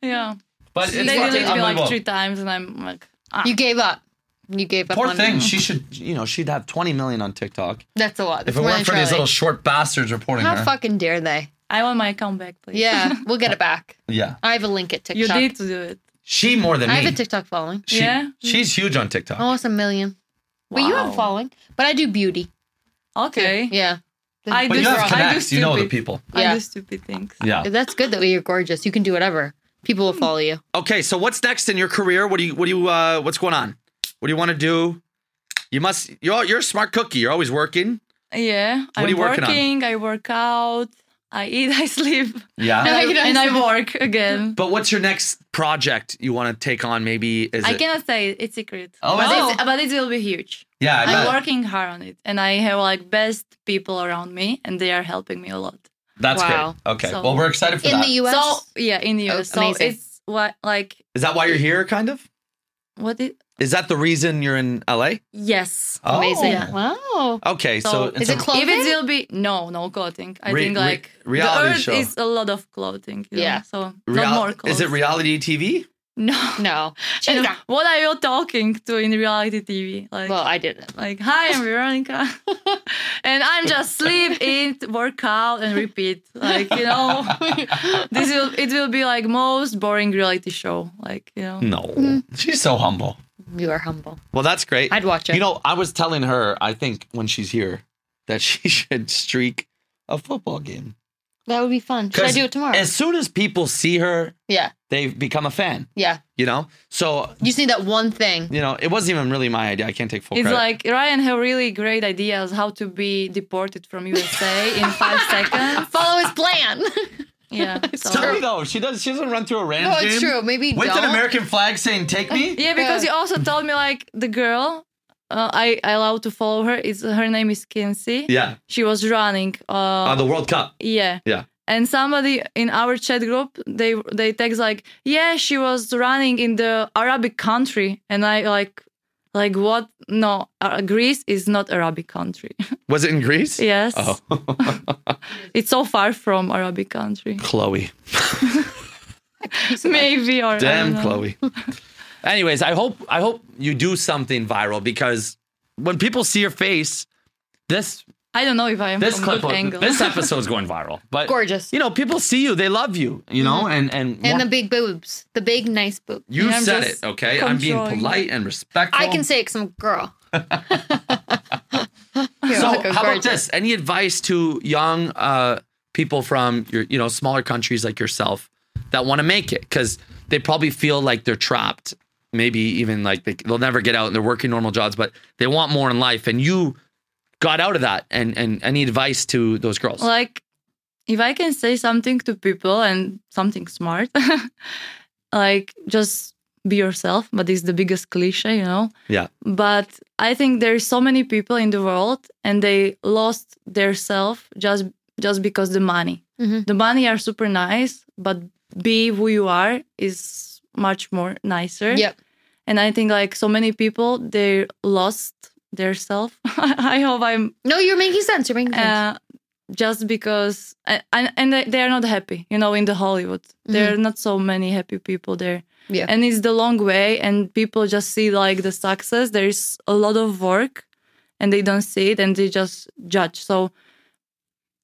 Yeah. but it's they fucking deleted me like unbelievable. three times, and I'm like, ah. You gave up. You gave up. Poor on thing. me. She should, you know, she'd have 20 million on TikTok. That's a lot. If That's it more weren't than for these Charlie. little short bastards reporting How her. fucking dare they? I want my account back, please. [LAUGHS] Yeah, we'll get it back. yeah, I have a link at you TikTok. need to do it. she more than I me. have a TikTok following. She- Yeah? she's huge on TikTok. Almost a million. But you have a Wow. following. But I do beauty. Okay. Yeah. I But do. you have I do connects. You know the stupid- people. I Yeah. do stupid things. Yeah. That's good that you're gorgeous. You can do whatever. People will follow you. Okay. So what's next in your career? What do you? What do you? Uh, what's going on? What do you want to do? You must. You're you're a smart cookie. You're always working. Yeah, What are I'm you working on? working. I work out. I eat. [LAUGHS] I sleep. Yeah. And, I, you don't and I sleep. work again. But what's your next project you want to take on? Maybe is I it? cannot say it. it's secret. Oh, but, is it? it's- but it will be huge. yeah, I I'm bet. working hard on it, and I have like best people around me, and they are helping me a lot. That's Wow. great. Okay. So- well, we're excited for in that. the Is U.S. So yeah, in the Oh, US. so amazing. it's what like that why you're here? Kind of. what it? Is that the reason you're in LA? Yes. Oh. amazing. Yeah. Wow. Okay. So, So- it's Is a- it clothing? If it will be no, no clothing. I Re- think re- like reality the earth show. is a lot of clothing. you know, Yeah. So real- not more clothes. Is it reality TV? [LAUGHS] No. no. And Chica. what are you talking to in reality TV? Like, Well, I didn't. like hi, I'm Veronica, and I'm just [LAUGHS] sleep, eat, work out, and repeat. Like you know, this will it will be like most boring reality show. Like you know, No. Mm-hmm. She's so humble. [LAUGHS] You are humble. Well, that's great. I'd watch it. You know, I was telling her, I think when she's here, that [LAUGHS] she should streak a football game. That would be fun. Should I 'Cause do it tomorrow? As soon as people see her, yeah. they become a fan. Yeah. You know, so You just need that one thing. you know, it wasn't even really my idea. I can't take full it's credit. like Ryan have really great ideas how to be deported from USA in [LAUGHS] five seconds. Follow his plan. [LAUGHS] Yeah, so- Tell me though, she does. She doesn't run through a Rams no, it's game true. Maybe with don't. an American flag saying "Take me." Yeah, because Yeah. you also told me like the girl uh, I I allowed to follow her. Is her name is Kinsey. Yeah, She was running. Uh, on the World Cup. yeah. Yeah. And somebody in our chat group, they they text like, yeah, she was running in the Arabic country, and I like, like what? No, uh, Greece is not Arabic country. [LAUGHS] Was it in Greece? yes, Oh, [LAUGHS] it's so far from Arabic [LAUGHS] country. Chloe. Maybe or I don't Uh-huh. Damn, know. [LAUGHS] Chloe. Anyways, I hope I hope you do something viral because when people see your face, this I don't know if I am this from clip good angle. [LAUGHS] this episode's going viral. But Gorgeous. You know, people see you, they love you. You know, and and And more- the big boobs. The big, nice boobs. you Yeah, I'm said it. just Okay, I'm being controlling. polite and respectful. I can say it 'cause I'm a [LAUGHS] girl. So Look, I'm how about gorgeous. this? Any advice to young uh, people from your you know smaller countries like yourself that want to make it because they probably feel like they're trapped, maybe even like they, they'll never get out and they're working normal jobs, but they want more in life. And you got out of that. And and any advice to those girls? like if i can say something to people and something smart [LAUGHS] like just be yourself but it's the biggest cliche you know Yeah. but i think there's so many people in the world and they lost their self just just because the money Mhm. the money are super nice but be who you are is much more nicer Yep. and i think like so many people they lost their self [LAUGHS] i hope i'm No, you're making sense. You're making uh, sense. just because and and they- they are not happy you know in the hollywood there are not so many happy people there Mm-hmm. Yeah. and it's the long way and people just see like the success there's a lot of work and they don't see it and they just judge so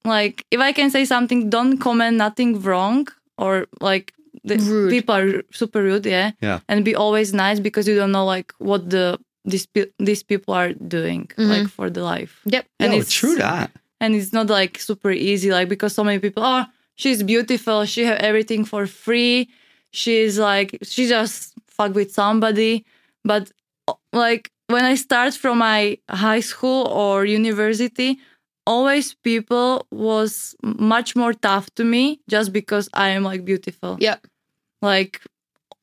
like if i can say something don't comment nothing wrong or like the Rude. people are super rude yeah Yeah. and be always nice because you don't know like what the these, pe- these people are doing Mm-hmm. like for the life yep. and Yo, it's that. and it's not like super easy like because so many people oh she's beautiful she have everything for free she's like she just fuck with somebody but o- like when i start from my high school or university always people was much more tough to me just because i am like beautiful Yep. like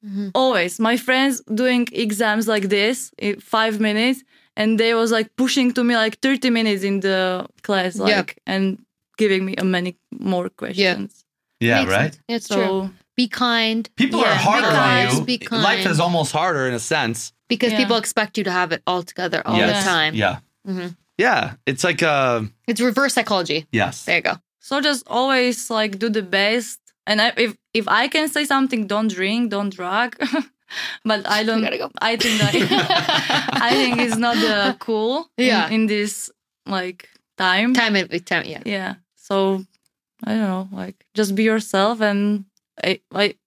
Mhm. always my friends doing exams like this in five minutes and they was like pushing to me like 30 minutes in the class Yeah. like and giving me a many more questions Yeah, Makes sense. It's true. so Be kind People Yeah, are harder because- on you. because- Life is almost harder in a sense. because Yeah. people expect you to have it all together all Yes. the time. Yeah. Mhm. Yeah. It's like uh It's reverse psychology. yes. There you go. so just always like do the best and I, if if i can say something don't drink don't drug [LAUGHS] but i don't [LAUGHS] gotta go. i think that i think it's not [LAUGHS] uh, cool in- Yeah. in, this like time Time and time. Yeah. yeah so i don't know like just be yourself and I, like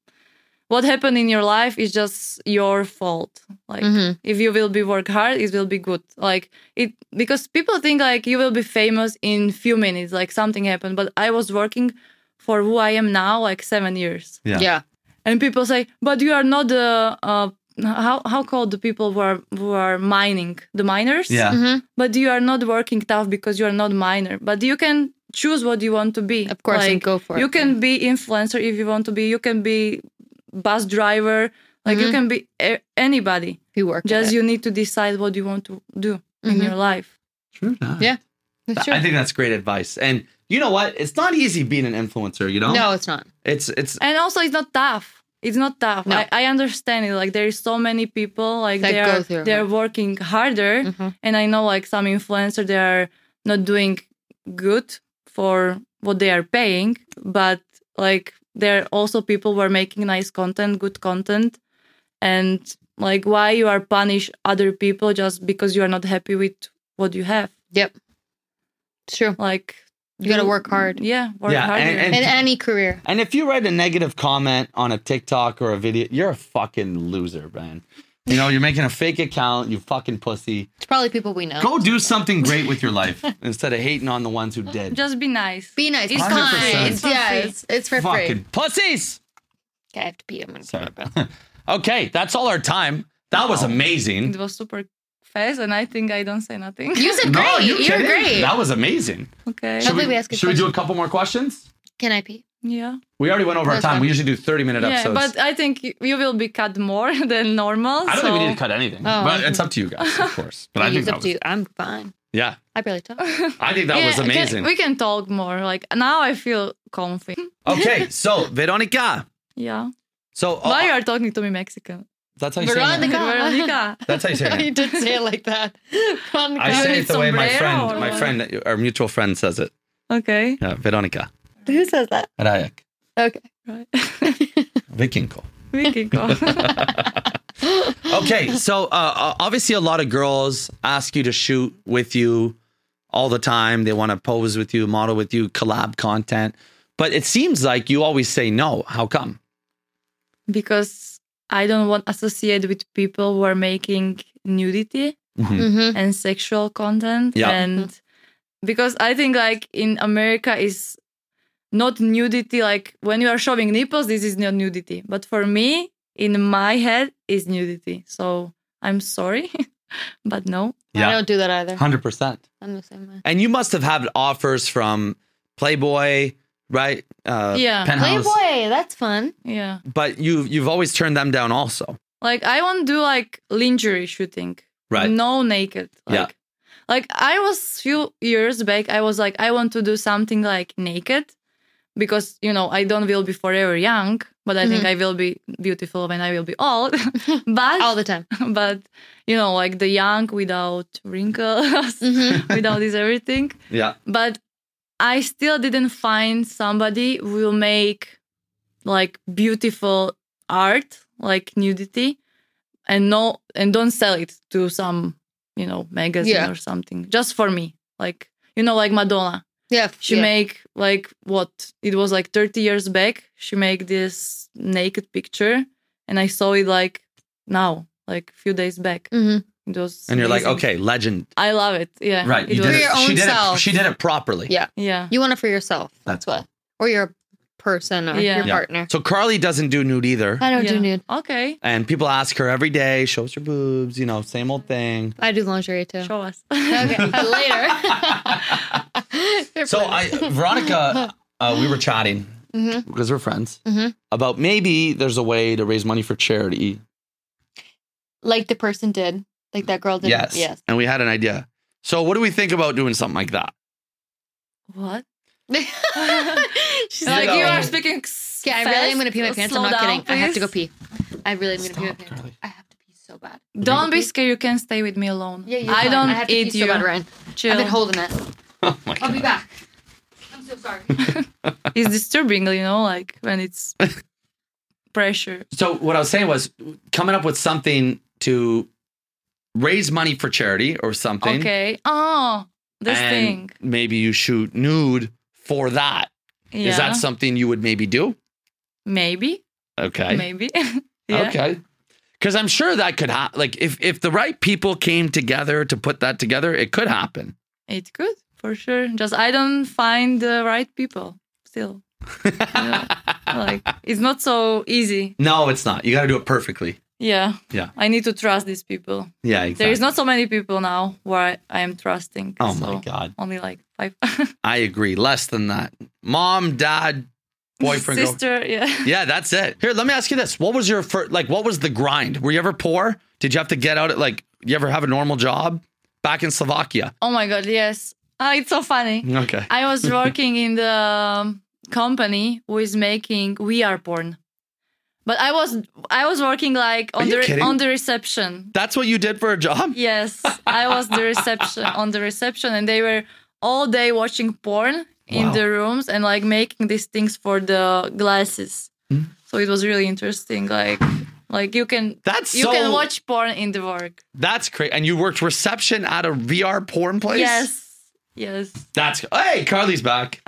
what happened in your life is just your fault like Mhm. if you will be work hard it will be good like it because people think like you will be famous in few minutes like something happened but i was working for who i am now like seven years Yeah. Yeah. and people say but you are not the uh, how how called the people who are who are mining the miners Yeah. Mm-hmm. but you are not working tough because you are not miner but you can choose what you want to be Of course, and go for you it. can be influencer if you want to be you can be bus driver like Mm-hmm. you can be a- anybody if you work. at just it. you need to decide what you want to do in Mhm. your life True that. Yeah, that's true. I think that's great advice. And you know what? It's not easy being an influencer, you know? no, it's not. It's it's and also it's not tough it's not tough No. I, I understand it like there is so many people like That they go are through Mm-hmm. they're it. working harder and i know like some influencer they are not doing good for what they are paying but like there are also people who are making nice content good content and like why you are punish other people just because you are not happy with what you have Yep, it's true. like You gotta do- work hard. yeah work Yeah, harder and- In any career, and if you write a negative comment on a TikTok or a video, you're a fucking loser, man. You know, you're making a fake account, you fucking pussy. it's probably people we know. Go do something great with your [LAUGHS] life instead of hating on the ones who did. just be nice Be nice. It's 100%. kind. It's for yeah, free. it's, it's for free. Fucking pussies. Okay, I have to pee. I'm gonna Sorry. [LAUGHS] Sorry. About Okay, that's all our time. That was amazing. it was super fast and i think i don't say nothing [LAUGHS] you said great. you are kidding? great. That was amazing. okay Should Hopefully we ask a Should we do a question. couple more questions? Can I pee? yeah We already went over our That's time. fine. We usually do 30 minute yeah episodes. but i think y- you will be cut more [LAUGHS] than normal I don't so think we need to cut anything, Oh, but okay. it's up to you guys, of [LAUGHS] course. But I think It's that up was, to you. I'm fine. yeah, I barely talk. I think that Yeah, was can- amazing. [LAUGHS] we can talk more. Like now, I feel comfy. okay, so Veronica, Yeah. so oh, Why you are talking to me Mexican? that's how you say it. Veronica. now. Yeah. Veronica. That's how you [LAUGHS] say you it. now. did say it like that. [LAUGHS] I say it the way my sombrero friend, or my what? friend, our mutual friend says it. Okay. Yeah, Veronica Who says that? Rayak Okay. Right. [LAUGHS] Vikinko. we can [LAUGHS] go. Okay, so uh, uh, obviously a lot of girls ask you to shoot with you all the time. They want to pose with you, model with you, collab content. But it seems like you always say no. How come? because I don't want associate with people who are making nudity. Mm-hmm. and sexual content Yeah. and because i think like in america is not nudity like when you are showing nipples this is not nudity but for me in my head is nudity so i'm sorry [LAUGHS] but no Yeah. I don't do that either. Hundred percent. I'm the same way. And you must have had offers from Playboy, right? Uh, Yeah. Penthouse. Playboy, that's fun. yeah But you you've always turned them down, also. like i won't do like lingerie shooting Right. no naked like Yeah. like i was few years back i was like i want to do something like naked because you know i don't will be forever young but i think i will be beautiful when i will be [LAUGHS] old [LAUGHS] but Mm-hmm. All the [LAUGHS] time. but you know like the young without wrinkles [LAUGHS] Mm. Mm-hmm. without this everything Yeah. but I still didn't find somebody who will make like beautiful art, like nudity, and no and don't sell it to some, you know, magazine Yeah. or something. Just for me. Like you know, like Madonna. Yeah. She yeah. make like what it was like 30 years back. She make this naked picture and I saw it like now, like few days back. Mhm. It was And you're like, amazing. okay, legend. I love it. Yeah. Right. It You was, did it. For your She own did it. self. She did it properly. Yeah. Yeah. You want it for yourself. That's That's, what. Or your person or Yeah. your Yeah. partner. So Carly doesn't do nude either. I don't yeah. do nude. Okay. And people ask her every day, show us your boobs, you know, same old [LAUGHS] thing. I do lingerie too. Show [LAUGHS] us. [LAUGHS] Okay. Later. [LAUGHS] So I, [LAUGHS] Veronica, uh, we were chatting Mm-hmm, because we're friends about maybe there's a way to raise money for charity. like the person did. Like that girl did. yes. Yes. And we had an idea. So what do we think about doing something like that? what? [LAUGHS] [LAUGHS] She's [LAUGHS] You "Oh." Like know. you are speaking. s- Okay, I really am gonna pee my fast. pants. Slow I'm not down, kidding. I have to go please. pee. I really am gonna pee my Stop, pants. Carly. I have to pee so bad. Don't be scared. You can stay with me alone. Yeah, you're I fine. don't I have to eat pee you. so bad, Ryan. I've Chill. been holding it. [LAUGHS] Oh my I'll be god. back. I'm [LAUGHS] so sorry. It's disturbing, you know, like when [LAUGHS] it's pressure. So what I was saying was coming up with something to raise money for charity or something. Okay. Oh, this and thing. Maybe you shoot nude for that. Is Yeah. that something you would maybe do? maybe? Okay. Maybe. [LAUGHS] yeah. Okay. Because I'm sure that could happen. Like if if the right people came together to put that together, it could happen. It could for sure. Just I don't find the right people [LAUGHS] still. You know, like it's not so easy. No, it's not. You got to do it perfectly. Yeah. Yeah. I need to trust these people. Yeah, There exactly. is not so many people now where I, I am trusting. oh so my god, Only like five. [LAUGHS] I agree. Less than that. Mom, [LAUGHS] dad, boyfriend, girl- sister. Yeah. Yeah, that's it. Here, let me ask you this: What was your first, like? What was the grind? Were you ever poor? Did you have to get out at like? You ever have a normal job back in Slovakia? Oh my god. Yes. Ah, it's so funny. Okay. [LAUGHS] I was working in the um, company who is making we are porn, but I was I was working like on you the re- kidding? on the reception. That's what you did for a job. Yes, I was the reception on the reception, and they were all day watching porn in Wow. the rooms and like making these things for the glasses. Hmm? So it was really interesting. Like, like you can That's you so. can watch porn in the work. That's crazy. And you worked reception at a VR porn place. Yes, yes. That's hey, Carly's [LAUGHS] back.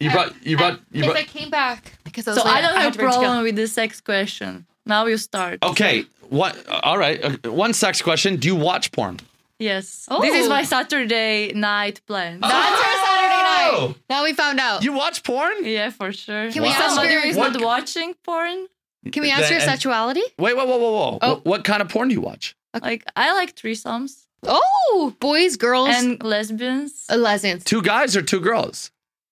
You brought you brought you Because I brought. came back. Because I was So like, I don't had have a to bring it together. problem with the sex question. Now you start. Okay. What? All right. uh, One sex question. Do you watch porn? Yes. This is Oh. my Saturday night plan. That's our Saturday Oh! night. Now we found out. You watch porn? Yeah, for sure. Can we If ask somebody your- who is What- not watching porn? Can we ask The- your sexuality? Wait, whoa, whoa, whoa, whoa. Oh. What, what kind of porn do you watch? Like I like threesomes Oh, boys, girls, and and lesbians. lesbians. Two guys or two girls?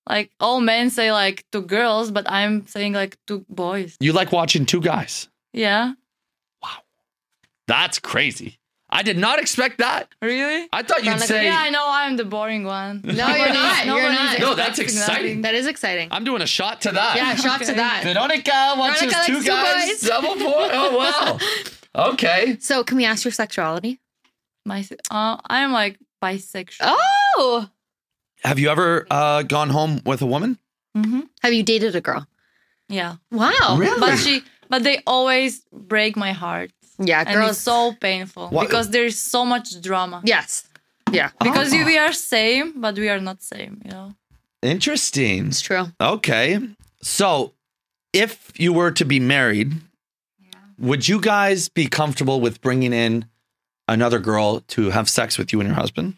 Like all men say like two girls, but I'm saying like two boys. You like watching two guys? Yeah. That's crazy. I did not expect that. Really? I thought you'd Veronica- say, Yeah, I know I'm the boring one. No, you're not. You're not. No, that's exciting. That is exciting. I'm doing a shot to that. [LAUGHS] Yeah, shout to Okay. that. Veronica watches Veronica likes two, two guys, boys. [LAUGHS] double porn. Oh, [LAUGHS] wow. Okay. So, can we ask your sexuality? My, uh, I'm like bisexual. Oh, Have you ever uh, gone home with a woman? hmm have you dated a girl? Yeah. Wow. But she, but they always break my heart. Yeah, And girls. it's so painful Why- because there's so much drama. yes. Yeah, Because you we are same, but we are not same. You know. Interesting. it's true. Okay. So, if you were to be married, would you guys be comfortable with bringing in another girl to have sex with you and your [LAUGHS] husband?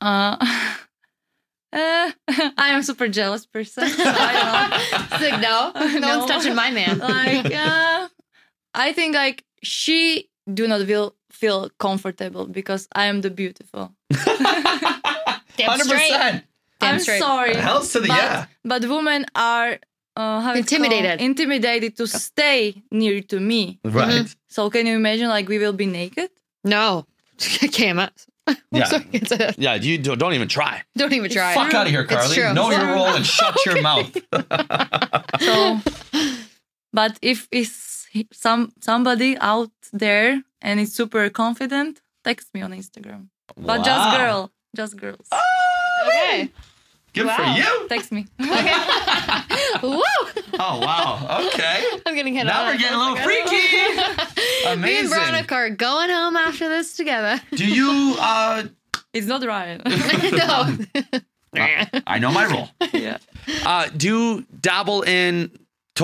Uh, [LAUGHS] uh, [LAUGHS] I am super jealous person. [LAUGHS] So I It's like, [LAUGHS] no, no, No. one's touching my man. don't know. like, uh, I think like she do not feel feel comfortable because I am the beautiful. [LAUGHS] Damn straight. Damn I'm straight. sorry. Hells to the but, yeah. but women are uh, how it's called? Intimidated. intimidated to stay near to me. Right. Mm-hmm. So can you imagine like we will be naked? No, [LAUGHS] I can't. I'm Yeah. sorry. [LAUGHS] It's a- Yeah, you don't, don't even try. don't even try. Fuck out of here, It's Carly. true. Know your role [LAUGHS] and shut your mouth. [LAUGHS] So, but if is some somebody out there and is super confident, text me on Instagram. Wow. But Ah, just girl, just girls. [LAUGHS] Okay. Good Wow. for you. Text me. [LAUGHS] Woo! Oh wow. Okay. I'm gonna get now on. we're getting a little freaky. [LAUGHS] Me and Amazing. Veronica are going home after this [LAUGHS] together. [LAUGHS] Do you? uh It's not [LAUGHS] Ryan. no. I know [LAUGHS] my role. yeah. Uh, do you dabble in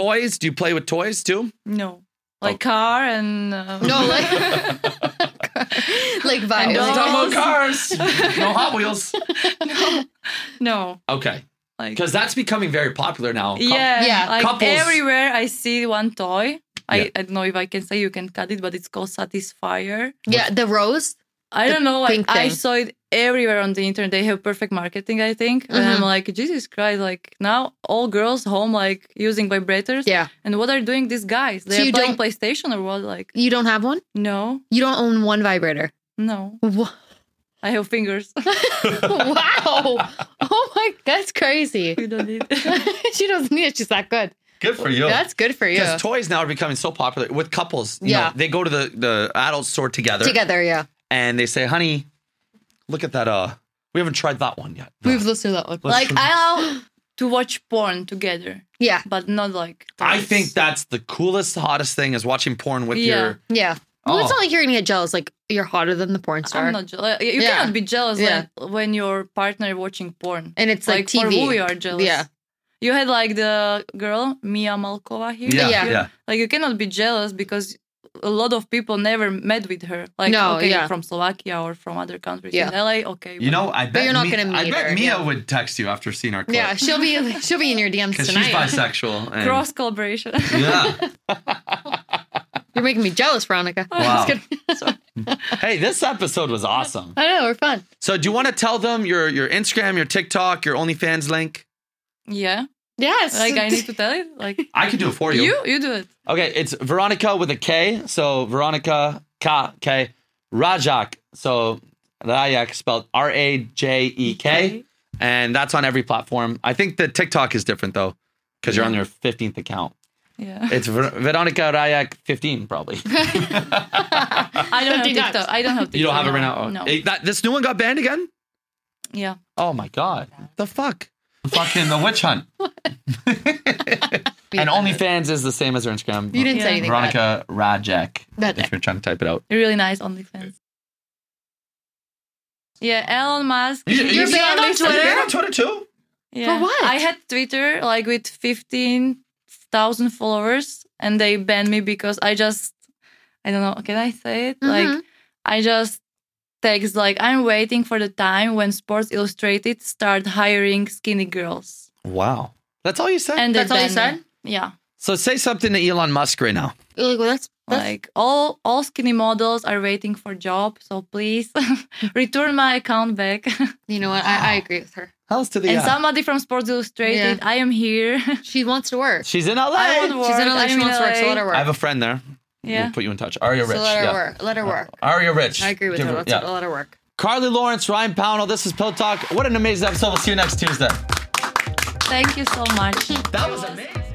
toys? Do you play with toys too? No. Like car and uh, No, [LAUGHS] like, like I Let's know. vinyl. talk about cars. no Hot Wheels. [LAUGHS] no. Okay, Like because that's becoming very popular now. yeah, Yeah. Like Couples. everywhere I see one toy. I, Yeah. I don't know if I can say you can cut it, but it's called Satisfier. [LAUGHS] Yeah, the rose. I The don't know. Like, pink I thing. saw it everywhere on the internet. They have perfect marketing, I think. And Mm-hmm. I'm like, Jesus Christ! Like now, all girls home like using vibrators. Yeah. And what are doing these guys? They're you playing PlayStation or what? Like, You don't have one? no, You don't own one vibrator. no. [LAUGHS] Wha- [LAUGHS] I have fingers. [LAUGHS] wow. Oh my, that's crazy. [LAUGHS] you don't need. [LAUGHS] she doesn't need it. She's that good. Good for you. That's good for you. Because toys now are becoming so popular with couples. You Yeah. know, they go to the, the adult store together, Together, yeah. and they say, honey, look at that. Uh, We haven't tried that one yet. We've listened to that one. Let's like try- I love to watch porn together, [GASPS] Yeah. but not like. I toys. think that's the coolest, hottest thing is watching porn with Yeah. your. Yeah. Well, it's Oh. not like you're gonna get jealous. Like you're hotter than the porn star, I'm not jealous. You Yeah. cannot be jealous Yeah. when, when your partner watching porn. and it's like, for TV. who you are jealous. Yeah. You had like the girl Mia Malkova here. Yeah. yeah. Like you cannot be jealous because a lot of people never met with her. Like No, okay, yeah. from Slovakia or from other countries in Yeah. LA. Okay. You but- know, I bet you're not Mi- gonna I meet bet her, Mia yeah. would text you after seeing our clip. Yeah, she'll [LAUGHS] be she'll be in your DMs because she's tonight. bisexual. And, cross collaboration. yeah, You're making me jealous, [LAUGHS] Veronica. Wow. Just kidding. Hey, this episode was awesome. I know, we're fun. So, do you want to tell them your your Instagram, your TikTok, your OnlyFans link? [LAUGHS] Yeah. Yes. Like I need to tell it. Like I can do it for you. you, you do it. Okay, it's Veronica with a K. So Veronica K K Rajak. So Rajak spelled R A J E K, and that's on every platform. I think the TikTok is different though, because you're on your 15th account. Yeah. It's Ver- Veronica Rajak 15 probably. [LAUGHS] I don't have Fifty TikTok. dots. I don't have TikTok. You don't have it right now. Oh, No. eh, that- this new one got banned again. Yeah. Oh my god, the fuck. Fucking the witch hunt. [LAUGHS] and OnlyFans is the same as her Instagram. You didn't Yeah. say anything. bad. Veronica Rajak. Rajak. If you're trying to type it out. Really nice OnlyFans. Yeah, Elon Musk. You- You're banned on Are you Twitter? banned on Twitter too? Yeah. For what? I had Twitter like with 15,000 followers and they banned me because I just, I don't know, can I say it? Like, Mhm. I just text, like, I'm waiting for the time when Sports Illustrated start hiring skinny girls. Wow. That's all you said? And they That's all you banned me. Yeah. so say something to Elon Musk right now. You're like, well, that's, that's Like all all skinny models are waiting for job, so please [LAUGHS] return my account back. [LAUGHS] you know what? I, I agree with her. Hell's to the And somebody from Sports Illustrated, I am here. [LAUGHS] She wants to work. She's in LA. I I, want work. She's in LA. I'm She wants to work. So let her work. have a friend there. Yeah. We'll put you in touch. Aria so Rich. let her yeah. work. Let her work. Aria Rich. I agree with Give her. her- Let's yeah. let her work. Carly Lawrence, Ryan Pownell. This is Pill Talk. What an amazing episode. We'll see you next Tuesday. Thank you so much. That was amazing.